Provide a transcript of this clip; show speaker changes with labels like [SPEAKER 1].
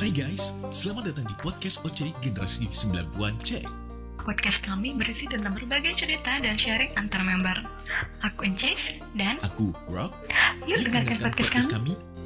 [SPEAKER 1] Hai guys, selamat datang di podcast Ocelik Generasi 90-an Cek.
[SPEAKER 2] Podcast kami berisi tentang berbagai cerita dan sharing antar member. Aku Encis dan
[SPEAKER 1] Aku, Rob,
[SPEAKER 2] yuk Iya, dengarkan podcast kami.
[SPEAKER 1] kami